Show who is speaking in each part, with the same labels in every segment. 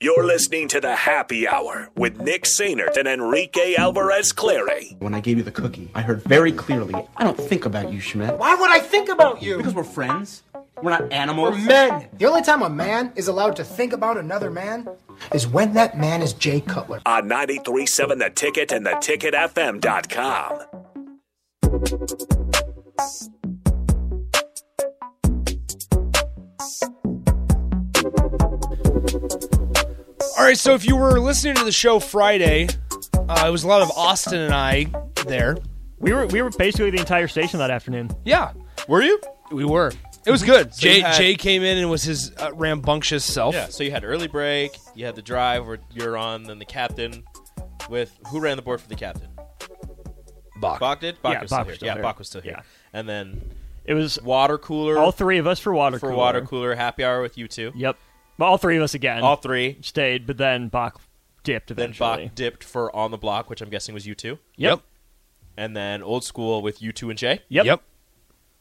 Speaker 1: You're listening to the Happy Hour with Nick Sainert and Enrique Alvarez Clary.
Speaker 2: When I gave you the cookie, I heard very clearly, I don't think about you, Schmidt.
Speaker 3: Why would I think about you?
Speaker 2: Because we're friends. We're not animals.
Speaker 3: We're men. The only time a man is allowed to think about another man is when that man is Jay Cutler.
Speaker 1: On 937 The Ticket and theticketfm.com.
Speaker 4: All right, so if you were listening to the show Friday, uh, it was a lot of Austin and I there.
Speaker 5: We were we were basically the entire station that afternoon.
Speaker 4: Yeah, were you? We were. It was good.
Speaker 6: you
Speaker 4: Jay
Speaker 6: had-
Speaker 4: Jay came in and was his uh, rambunctious self.
Speaker 6: Yeah, so you had early break, you had the drive where you're on, then the captain with who ran the board for the captain?
Speaker 4: Bach.
Speaker 6: Bach did? Bach
Speaker 5: Yeah,
Speaker 6: was
Speaker 5: Bach
Speaker 6: still
Speaker 5: was
Speaker 6: here.
Speaker 5: still
Speaker 6: yeah,
Speaker 5: here.
Speaker 6: Bach was still here.
Speaker 5: Yeah.
Speaker 6: And then
Speaker 5: It was
Speaker 6: water cooler
Speaker 5: all three of us for water
Speaker 6: for
Speaker 5: cooler.
Speaker 6: water cooler happy hour with you two.
Speaker 5: Yep. But all three of us again
Speaker 6: All three.
Speaker 5: stayed, but then Bach dipped
Speaker 6: Then
Speaker 5: eventually.
Speaker 6: Bach dipped for on the block, which I'm guessing was you two.
Speaker 5: Yep.
Speaker 6: And then old school with you two and Jay.
Speaker 5: Yep.
Speaker 4: Yep.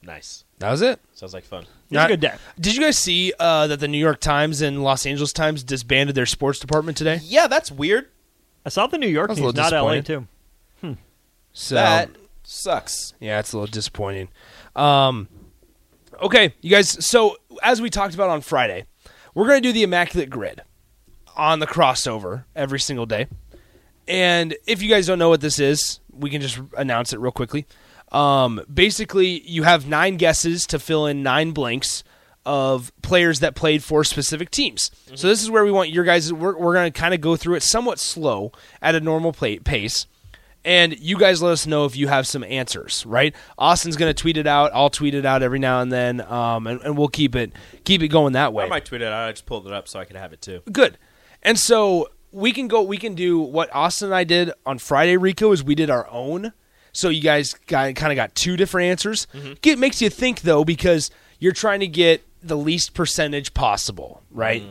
Speaker 6: Nice.
Speaker 4: That was it.
Speaker 6: Sounds like fun.
Speaker 5: It was a good day.
Speaker 4: Did you guys see uh, that the New York Times and Los Angeles Times disbanded their sports department today?
Speaker 6: Yeah, that's weird.
Speaker 5: I saw the New York
Speaker 4: I was a
Speaker 5: news,
Speaker 4: little
Speaker 5: not LA
Speaker 4: disappointed.
Speaker 5: too.
Speaker 4: So
Speaker 6: that
Speaker 5: Um,
Speaker 6: sucks.
Speaker 4: yeah, it's a little disappointing. Um, okay, you guys. So as we talked about on Friday, we're going to do the immaculate grid on the crossover every single day. And if you guys don't know what this is, we can just announce it real quickly. Um, basically, you have nine guesses to fill in nine blanks of players that played for specific teams. So this is where we want your guys. We're, we're going to kind of go through it somewhat slow at a normal play, pace. And you guys let us know if you have some answers, right? Austin's going to tweet it out. I'll tweet it out every now and then, um, and, and we'll keep it keep it going that way
Speaker 6: I might tweet it out. I just pulled it up so I could have it too.
Speaker 4: good. And so we can go. We can do what Austin and I did on Friday. Rico is we did our own. So you guys got, kind of got two different answers. It makes you think though because you're trying to get the least percentage possible, right?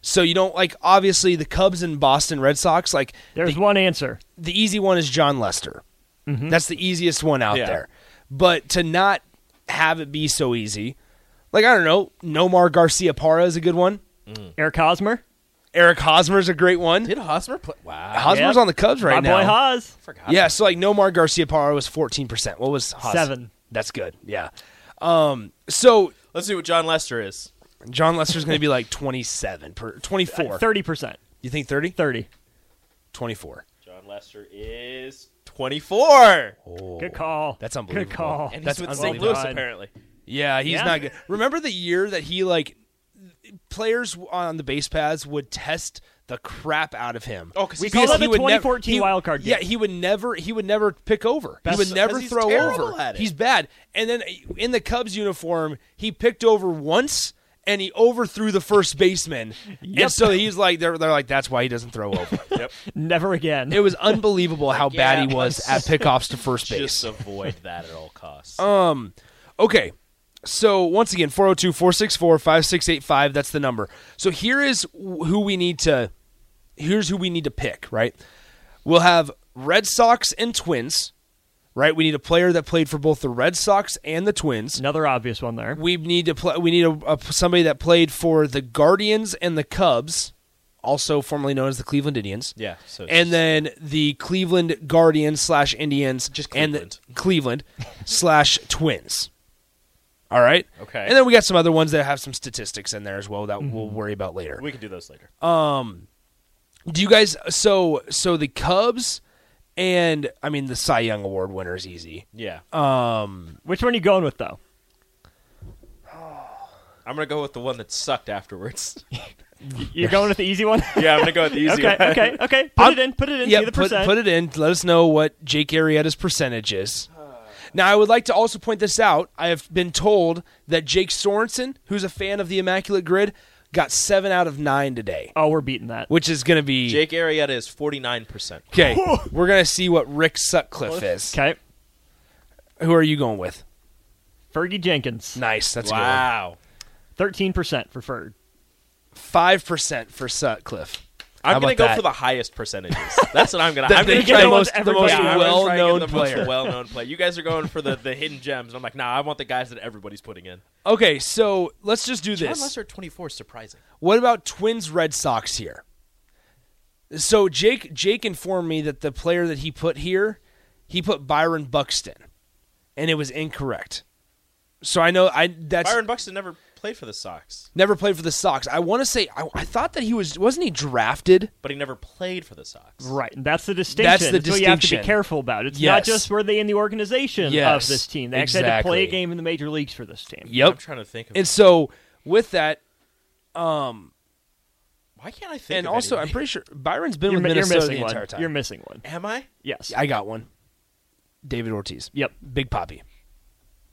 Speaker 4: So you don't like obviously the Cubs and Boston Red Sox. Like
Speaker 5: There's one answer.
Speaker 4: the easy one is John Lester. That's the easiest one out
Speaker 6: Yeah.
Speaker 4: there. But to not have it be so easy, like I don't know, Nomar Garcia Parra is a good one.
Speaker 5: Eric Hosmer.
Speaker 4: Eric Hosmer is a great one.
Speaker 6: Did Hosmer play? Wow.
Speaker 4: Hosmer's
Speaker 5: Yep.
Speaker 4: on the Cubs
Speaker 5: My
Speaker 4: right now.
Speaker 5: boy Haas.
Speaker 6: forgot.
Speaker 4: Yeah, so like Nomar Garcia Parra was fourteen percent. What was Haas?
Speaker 5: Seven.
Speaker 4: That's good. Yeah. Um. So
Speaker 6: Let's see what John Lester is.
Speaker 4: John Lester's going to be like twenty-seven per twenty-four.
Speaker 5: Thirty percent.
Speaker 4: You think thirty?
Speaker 5: Thirty.
Speaker 4: Twenty-four.
Speaker 6: John Lester is 24.
Speaker 5: Good call.
Speaker 4: That's unbelievable.
Speaker 5: Good call.
Speaker 6: And
Speaker 4: That's
Speaker 6: he's with St.
Speaker 4: unbelievable.
Speaker 6: Louis, apparently.
Speaker 4: Yeah, he's
Speaker 5: Yeah.
Speaker 4: not good. Remember the year that he like players on the base paths would test the crap out of him.
Speaker 6: Oh, 'cause
Speaker 4: We
Speaker 6: he's called
Speaker 4: call
Speaker 5: it the 2014 wild card game.
Speaker 4: Yeah, he would never. He would never pick over.
Speaker 6: That's-
Speaker 4: he would never
Speaker 6: 'cause he's
Speaker 4: throw
Speaker 6: terrible
Speaker 4: over.
Speaker 6: at it.
Speaker 4: He's bad. And then in the Cubs uniform, he picked over once. And he overthrew the first baseman, and
Speaker 5: Yep.
Speaker 4: so he's like, they're, they're like, that's why he doesn't throw over.
Speaker 5: Never again.
Speaker 4: it was unbelievable how
Speaker 6: yeah,
Speaker 4: bad he was at pickoffs to first base.
Speaker 6: Just avoid that at all costs.
Speaker 4: Okay. So once again, 402 464 5685, that's the number. So here is who we need to here's who we need to pick, right? We'll have Red Sox and Twins, right? We need a player that played for both the Red Sox and the Twins.
Speaker 5: Another obvious one there.
Speaker 4: We need to play we need a, a- somebody that played for the Guardians and the Cubs, also formerly known as the Cleveland Indians
Speaker 6: yeah. So
Speaker 4: and then the Cleveland Guardians slash Indians,
Speaker 6: Just
Speaker 4: and the Cleveland slash Twins. All right.
Speaker 6: Okay. Mm-hmm.
Speaker 4: And then we got some other ones that have some statistics in there as well that we'll worry about later.
Speaker 6: we can do those later.
Speaker 4: Do you guys? So so the Cubs and I mean the Cy Young Award winner is easy.
Speaker 6: yeah.
Speaker 5: Which one are you going with though?
Speaker 6: I'm going to go with the one that sucked afterwards.
Speaker 5: You're going with the easy one.
Speaker 6: yeah, I'm going to go with the easy
Speaker 5: okay.
Speaker 6: one.
Speaker 5: Okay. Okay. Put it in. Put it in.
Speaker 4: Yeah,
Speaker 5: see the
Speaker 4: put,
Speaker 5: percent.
Speaker 4: put it in. Let us know what Jake Arrieta's percentage is.
Speaker 5: Uh.
Speaker 4: Now, I would like to also point this out. I have been told that Jake Sorensen, who's a fan of the Immaculate Grid, got seven out of nine today,
Speaker 5: Oh, we're beating that.
Speaker 4: which is going to be
Speaker 6: Jake Arrieta is 49%.
Speaker 4: Okay, we're gonna see what Rick Sutcliffe is.
Speaker 5: Okay.
Speaker 4: Who are you going with?
Speaker 5: Fergie Jenkins,
Speaker 4: Nice, that's good.
Speaker 6: Wow.
Speaker 5: thirteen percent for Ferg.
Speaker 4: Five percent for Sutcliffe.
Speaker 6: I'm going
Speaker 4: about
Speaker 6: to go
Speaker 4: that?
Speaker 6: for the highest percentages. That's what I'm going to
Speaker 4: That
Speaker 6: I'm going
Speaker 4: they
Speaker 6: to
Speaker 4: try
Speaker 6: get the
Speaker 4: most-
Speaker 6: most,
Speaker 4: the most well-known player.
Speaker 6: well-known player. You guys are going for the, the hidden gems. And I'm like, nah, I want the guys that everybody's putting in.
Speaker 4: Okay, so let's just do
Speaker 6: John
Speaker 4: this.
Speaker 6: Lester at 24 is surprising.
Speaker 4: What about Twins Red Sox here? So Jake Jake informed me that the player that he put here, he put Byron Buxton, and it was incorrect. So I know I that's
Speaker 6: Byron Buxton never played for the Sox,
Speaker 4: never played for the Sox. I want to say I, I thought that he was wasn't he drafted?
Speaker 6: but he never played for the Sox.
Speaker 5: Right, and that's the distinction.
Speaker 4: That's the
Speaker 5: what you have to be
Speaker 4: distinction.
Speaker 5: careful about. It's
Speaker 4: Yes.
Speaker 5: not just were they in the organization
Speaker 4: Yes,
Speaker 5: of this team. They actually had to
Speaker 4: exactly.
Speaker 5: play a game in the major leagues for this team.
Speaker 6: I'm trying to think of
Speaker 4: And so with that,
Speaker 6: Why can't I think
Speaker 4: and
Speaker 6: of
Speaker 4: also I'm
Speaker 6: anybody?
Speaker 4: pretty sure Byron's been
Speaker 5: You're,
Speaker 4: with
Speaker 5: mi- you're
Speaker 4: Minnesota
Speaker 5: missing
Speaker 4: the
Speaker 5: one.
Speaker 4: entire time.
Speaker 5: You're missing one.
Speaker 6: Am I?
Speaker 5: Yes.
Speaker 4: I got one. David Ortiz.
Speaker 5: Yep.
Speaker 4: Big Poppy.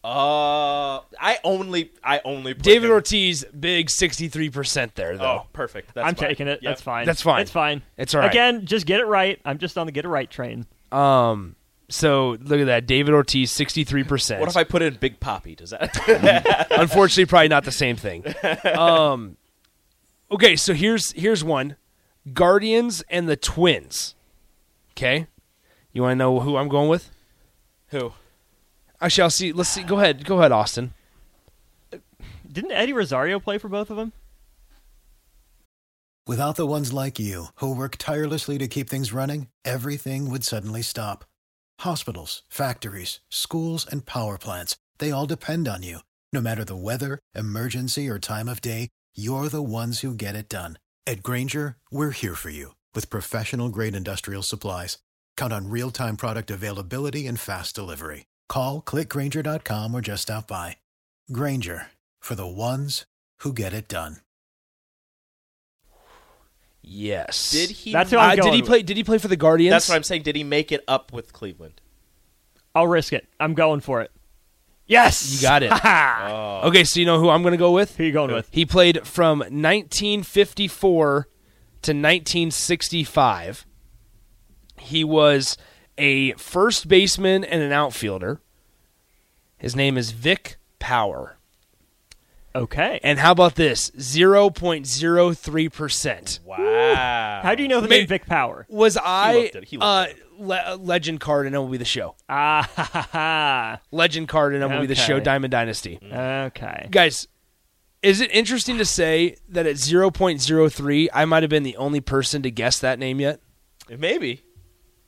Speaker 6: Uh, I only I only put
Speaker 4: David
Speaker 6: him-
Speaker 4: Ortiz, big 63% there, though.
Speaker 6: Oh, perfect. That's
Speaker 5: I'm
Speaker 6: fine.
Speaker 5: taking it.
Speaker 6: Yep.
Speaker 5: That's fine.
Speaker 4: That's fine.
Speaker 5: That's fine.
Speaker 4: It's all right.
Speaker 5: Again, just get it right. I'm just on the get it right train.
Speaker 4: Um, so look at that. David Ortiz, 63%.
Speaker 6: What if I put in Big Poppy? Does that?
Speaker 4: Unfortunately, probably not the same thing. Um, okay, so here's here's one Guardians and the Twins. Okay? You want to know who I'm going with?
Speaker 6: Who?
Speaker 4: I shall see. Let's see. Go ahead. Go ahead, Austin.
Speaker 5: Didn't Eddie Rosario play for both of them?
Speaker 7: Without the ones like you, who work tirelessly to keep things running, everything would suddenly stop. Hospitals, factories, schools, and power plants, they all depend on you. No matter the weather, emergency, or time of day, you're the ones who get it done. At Granger, we're here for you with professional grade industrial supplies. Count on real time product availability and fast delivery. Call clickgranger.com or just stop by. Granger for the ones who get it done.
Speaker 4: Yes.
Speaker 6: Did he?
Speaker 5: That's who I'm
Speaker 4: Uh, did
Speaker 5: going
Speaker 4: he
Speaker 5: with.
Speaker 4: play? Did he play for the Guardians?
Speaker 6: That's what I'm saying. Did he make it up with Cleveland?
Speaker 5: I'll risk it. I'm going for it. Yes.
Speaker 4: You got it.
Speaker 6: Oh,
Speaker 4: Okay, so you know who I'm going to go with?
Speaker 5: Who you going with?
Speaker 4: He played from 1954 to 1965. He was a first baseman and an outfielder. His name is Vic Power.
Speaker 5: Okay.
Speaker 4: And how about this? 0.03%. Uh,
Speaker 6: wow.
Speaker 5: How do you know the
Speaker 4: May-
Speaker 5: name Vic Power?
Speaker 4: Was I
Speaker 6: looked it. He
Speaker 4: uh,
Speaker 6: looked
Speaker 4: le- legend card in MLB The Show?
Speaker 5: Ah, ha, ha, ha.
Speaker 4: Legend card in MLB The
Speaker 5: Okay.
Speaker 4: Show, Diamond Dynasty.
Speaker 5: Okay.
Speaker 4: guys is it interesting to say that at 0.03 i might have been the only person to guess that name yet
Speaker 6: Maybe.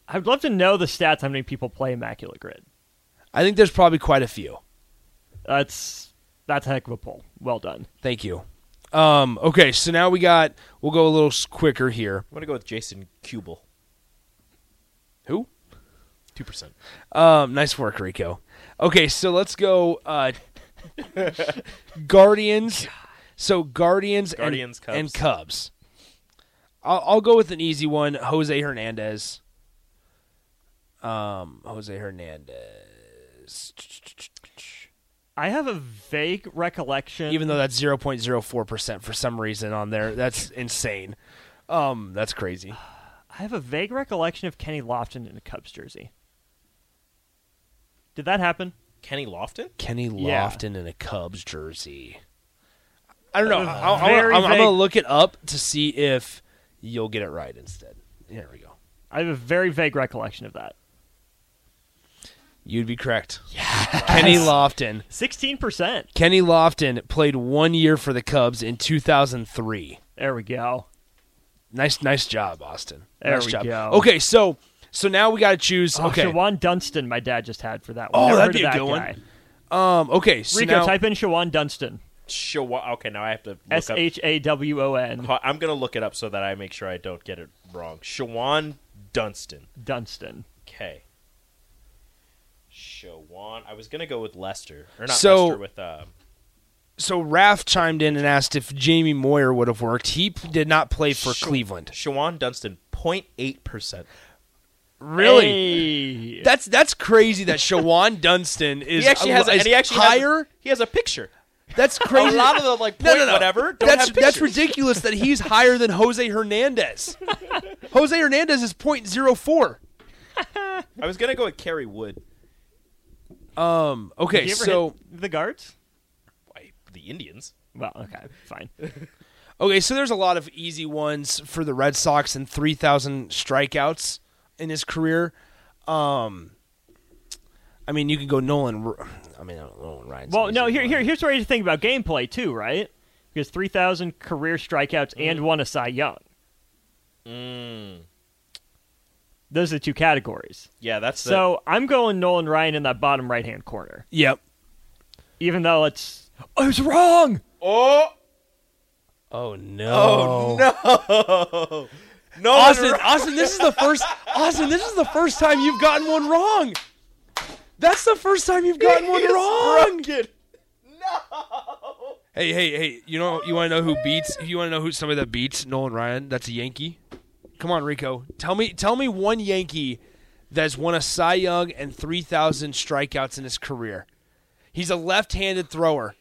Speaker 5: I'd love to know the stats how many people play Immaculate Grid.
Speaker 4: i think there's probably quite a few
Speaker 5: That's that's a heck of a poll. Well done.
Speaker 4: thank you um, okay so now we got we'll go a little s- quicker here
Speaker 6: I'm gonna go with Jason Kubel.
Speaker 4: who
Speaker 6: Two percent.
Speaker 4: um, nice work rico okay so let's go uh, guardians so guardians,
Speaker 6: Guardians,
Speaker 4: and,
Speaker 6: Cubs.
Speaker 4: and cubs I'll, I'll go with an easy one jose hernandez um, jose hernandez
Speaker 5: I have a vague recollection.
Speaker 4: even though that's 0.04% for some reason on there. That's insane. Um, that's crazy.
Speaker 5: I have a vague recollection of Kenny Lofton in a Cubs jersey. Did that happen?
Speaker 6: Kenny Lofton.
Speaker 4: Kenny
Speaker 5: Yeah.
Speaker 4: Lofton in a Cubs jersey. I don't know. I, I, I'm,
Speaker 5: Very
Speaker 4: I'm
Speaker 5: vague-
Speaker 4: gonna look it up to see if you'll get it right instead. Here we go.
Speaker 5: I have a very vague recollection of that.
Speaker 4: You'd be correct. Kenny Lofton.
Speaker 5: Sixteen percent.
Speaker 4: Kenny Lofton played one year for the Cubs in 2003.
Speaker 5: There we go.
Speaker 4: Nice, nice job, Austin.
Speaker 5: There
Speaker 4: nice
Speaker 5: we
Speaker 4: job.
Speaker 5: go.
Speaker 4: Okay, so so now we got to choose.
Speaker 5: Oh,
Speaker 4: okay,
Speaker 5: Shawan Dunston, my dad just had for that
Speaker 4: Oh,
Speaker 5: one. Never
Speaker 4: that'd
Speaker 5: heard
Speaker 4: be a
Speaker 5: of that
Speaker 4: good one.
Speaker 5: guy.
Speaker 4: um, okay. So
Speaker 5: Rico,
Speaker 4: now,
Speaker 5: type in Shawan Dunston.
Speaker 6: Shaw- okay, now I have to look
Speaker 5: S
Speaker 6: up.
Speaker 5: H A W O N
Speaker 6: I'm gonna look it up so that I make sure I don't get it wrong. Shawan Dunston.
Speaker 5: Dunston.
Speaker 6: Okay. Shawan. I was gonna go with Lester, or not
Speaker 4: So-
Speaker 6: Lester with um.
Speaker 4: so Raph chimed in and asked if Jamie Moyer would have worked. He p- did not play for Cleveland.
Speaker 6: Shawan Dunston, 0.8 percent.
Speaker 4: Really?
Speaker 5: Hey.
Speaker 4: That's that's crazy that Shawan Dunston is
Speaker 6: He actually has, a,
Speaker 4: is
Speaker 6: and he actually has a-
Speaker 4: higher.
Speaker 6: he has a picture.
Speaker 4: That's crazy.
Speaker 6: A lot of the like
Speaker 4: No,
Speaker 6: point
Speaker 4: no, no.
Speaker 6: whatever. Don't
Speaker 4: that's
Speaker 6: have
Speaker 4: that's
Speaker 6: pictures.
Speaker 4: ridiculous that he's higher than Jose Hernandez. Jose Hernandez is .04.
Speaker 6: I was gonna go with Kerry Wood,
Speaker 4: Um. Okay.
Speaker 5: You ever
Speaker 4: So
Speaker 5: hit the guards?
Speaker 6: Why, the Indians.
Speaker 5: Well, okay, fine.
Speaker 4: okay. So there's a lot of easy ones for the Red Sox and 3,000 strikeouts in his career. Um. I mean, you can go Nolan. R- I mean, Nolan Ryan.
Speaker 5: Well, no, here, here, here's where you think about gameplay too, right? Because 3,000 career strikeouts and one a Cy Young. Those are the two categories.
Speaker 6: Yeah, that's
Speaker 5: So I'm going Nolan Ryan in that bottom right hand corner,
Speaker 4: Yep.
Speaker 5: even though it's. I was wrong.
Speaker 6: The, oh
Speaker 4: Oh no.
Speaker 6: no, no,
Speaker 4: Austin, Austin, this is the first. Austin, this is the first time you've gotten one wrong. That's the first time you've gotten one wrong. Hey, hey, hey! You know, you want to know who beats? You want to know who somebody that beats Nolan Ryan? That's a Yankee. Come on, Rico. Tell me, tell me one Yankee that's won a Cy Young and three thousand strikeouts in his career. He's a left-handed thrower.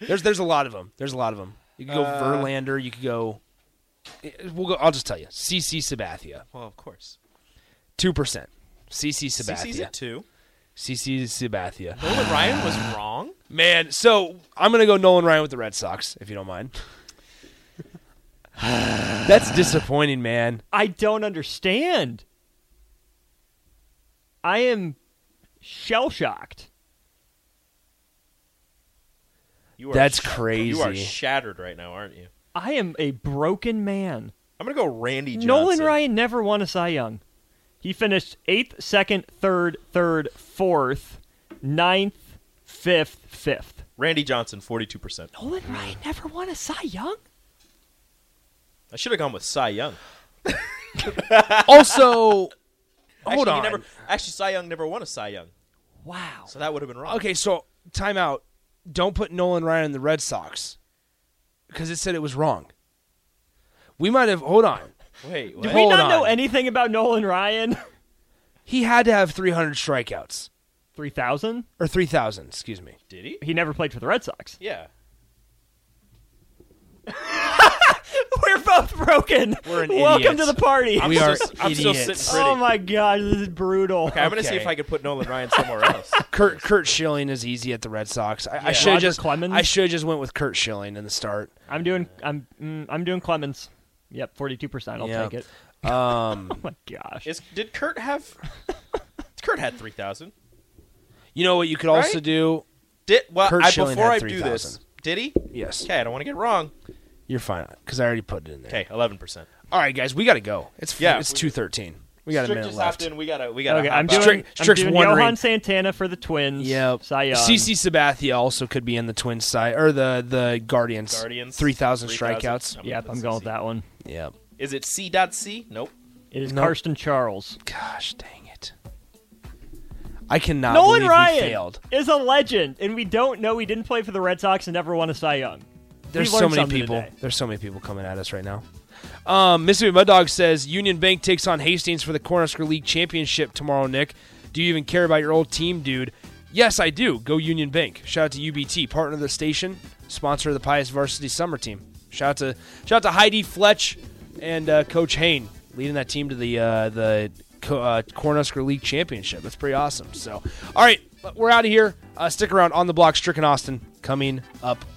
Speaker 4: There's, there's a lot of them. There's a lot of them. You could go
Speaker 6: Uh,
Speaker 4: Verlander. You could go. We'll go. I'll just tell you. CC Sabathia,
Speaker 6: Well, of course.
Speaker 4: two percent. CC
Speaker 6: CC's
Speaker 4: Sabathia.
Speaker 6: at two.
Speaker 4: CC Sabathia.
Speaker 6: Nolan Ryan was wrong.
Speaker 4: Man, so I'm gonna go Nolan Ryan with the Red Sox, if you don't mind. That's disappointing, man.
Speaker 5: I don't understand. I am shell shocked.
Speaker 6: You are
Speaker 4: That's
Speaker 6: sh- You are
Speaker 4: crazy.
Speaker 6: shattered right now, aren't you?
Speaker 5: I am a broken man.
Speaker 6: I'm gonna go Randy Johnson.
Speaker 5: Nolan Ryan never won a Cy Young. He finished eighth, second, third, third, fourth, ninth, fifth, fifth.
Speaker 6: Randy Johnson, forty-two percent.
Speaker 5: Nolan Ryan never won a Cy Young.
Speaker 6: I should have gone with Cy Young.
Speaker 4: Also, hold
Speaker 6: actually,
Speaker 4: on.
Speaker 6: He never, actually, Cy Young never won a Cy Young,
Speaker 5: Wow.
Speaker 6: so that would have been wrong.
Speaker 4: okay, so timeout. Don't put Nolan Ryan in the Red Sox because it said it was wrong. We might have. Hold on.
Speaker 6: Wait,
Speaker 5: Do
Speaker 6: what?
Speaker 4: Dude,
Speaker 5: we
Speaker 4: Hold
Speaker 5: not know
Speaker 4: on.
Speaker 5: anything about Nolan Ryan?
Speaker 4: He had to have 300 strikeouts
Speaker 5: Three thousand.
Speaker 4: or 3,000. Excuse me.
Speaker 6: did he?
Speaker 5: He never played for the Red Sox.
Speaker 6: Yeah.
Speaker 5: We're both broken.
Speaker 4: We're an
Speaker 5: Welcome
Speaker 4: idiot.
Speaker 5: to the party.
Speaker 4: we
Speaker 6: still
Speaker 4: are
Speaker 6: s- I'm still
Speaker 4: idiots.
Speaker 6: sitting
Speaker 5: Oh my god, this is brutal.
Speaker 6: Okay, I'm gonna see
Speaker 4: Okay.
Speaker 6: if I could put Nolan Ryan somewhere else.
Speaker 4: Kurt Kurt Schilling is easy at the Red Sox. I, I should
Speaker 5: Roger
Speaker 4: just
Speaker 5: Clemens?
Speaker 4: I should just went with Kurt Schilling in the start.
Speaker 5: I'm doing. I'm. Mm, I'm doing Clemens. Yep, forty-two percent. I'll
Speaker 4: Yeah.
Speaker 5: take it.
Speaker 4: Um,
Speaker 5: Oh my gosh.
Speaker 6: Is, did Kurt have? Kurt had three thousand.
Speaker 4: you know what you could also
Speaker 6: Right?
Speaker 4: do?
Speaker 6: Did well?
Speaker 4: Kurt
Speaker 6: I,
Speaker 4: Schilling
Speaker 6: before
Speaker 4: had
Speaker 6: I do this,
Speaker 4: 3,000.
Speaker 6: did he?
Speaker 4: Yes.
Speaker 6: Okay, I don't want to get it wrong.
Speaker 4: You're fine because I already put it in there.
Speaker 6: Okay, eleven percent.
Speaker 4: All right, guys, we got to go. It's
Speaker 6: Yeah,
Speaker 4: it's
Speaker 6: we-
Speaker 4: two thirteen. We got a minute left.
Speaker 6: We gotta. We gotta.
Speaker 5: Okay, I'm doing.
Speaker 4: out. Strick-
Speaker 5: I'm
Speaker 4: Strick's
Speaker 5: doing
Speaker 4: wondering-
Speaker 5: Johan Santana for the Twins.
Speaker 4: Yep.
Speaker 5: Cy Young.
Speaker 4: CC Sabathia also could be in the Twins side or the the Guardians.
Speaker 6: Guardians.
Speaker 4: Three thousand
Speaker 6: 3,000.
Speaker 4: strikeouts.
Speaker 5: Yep, I'm going with that one.
Speaker 4: Yep.
Speaker 6: Is it C dot C? Nope.
Speaker 5: It is
Speaker 4: Nope.
Speaker 5: Karsten Charles.
Speaker 4: Gosh dang it! I cannot.
Speaker 5: Nolan
Speaker 4: believe
Speaker 5: Ryan
Speaker 4: we failed.
Speaker 5: is a legend, and we don't know he didn't play for the Red Sox and never won a Cy Young.
Speaker 4: There's
Speaker 5: learned
Speaker 4: so many
Speaker 5: something
Speaker 4: people.
Speaker 5: today.
Speaker 4: There's so many people coming at us right now. Um, Mississippi Mud Dog says Union Bank takes on Hastings for the Cornhusker League Championship tomorrow. Nick, do you even care about your old team, dude? Yes, I do. Go Union Bank. Shout out to UBT, partner of the station, sponsor of the Pious Varsity Summer Team. Shout out to shout out to Heidi Fletch and uh, Coach Hain leading that team to the uh, the Co- uh, Cornhusker League Championship. That's pretty awesome. So, all right, we're out of here. Uh, stick around on the block. Stricken Austin coming up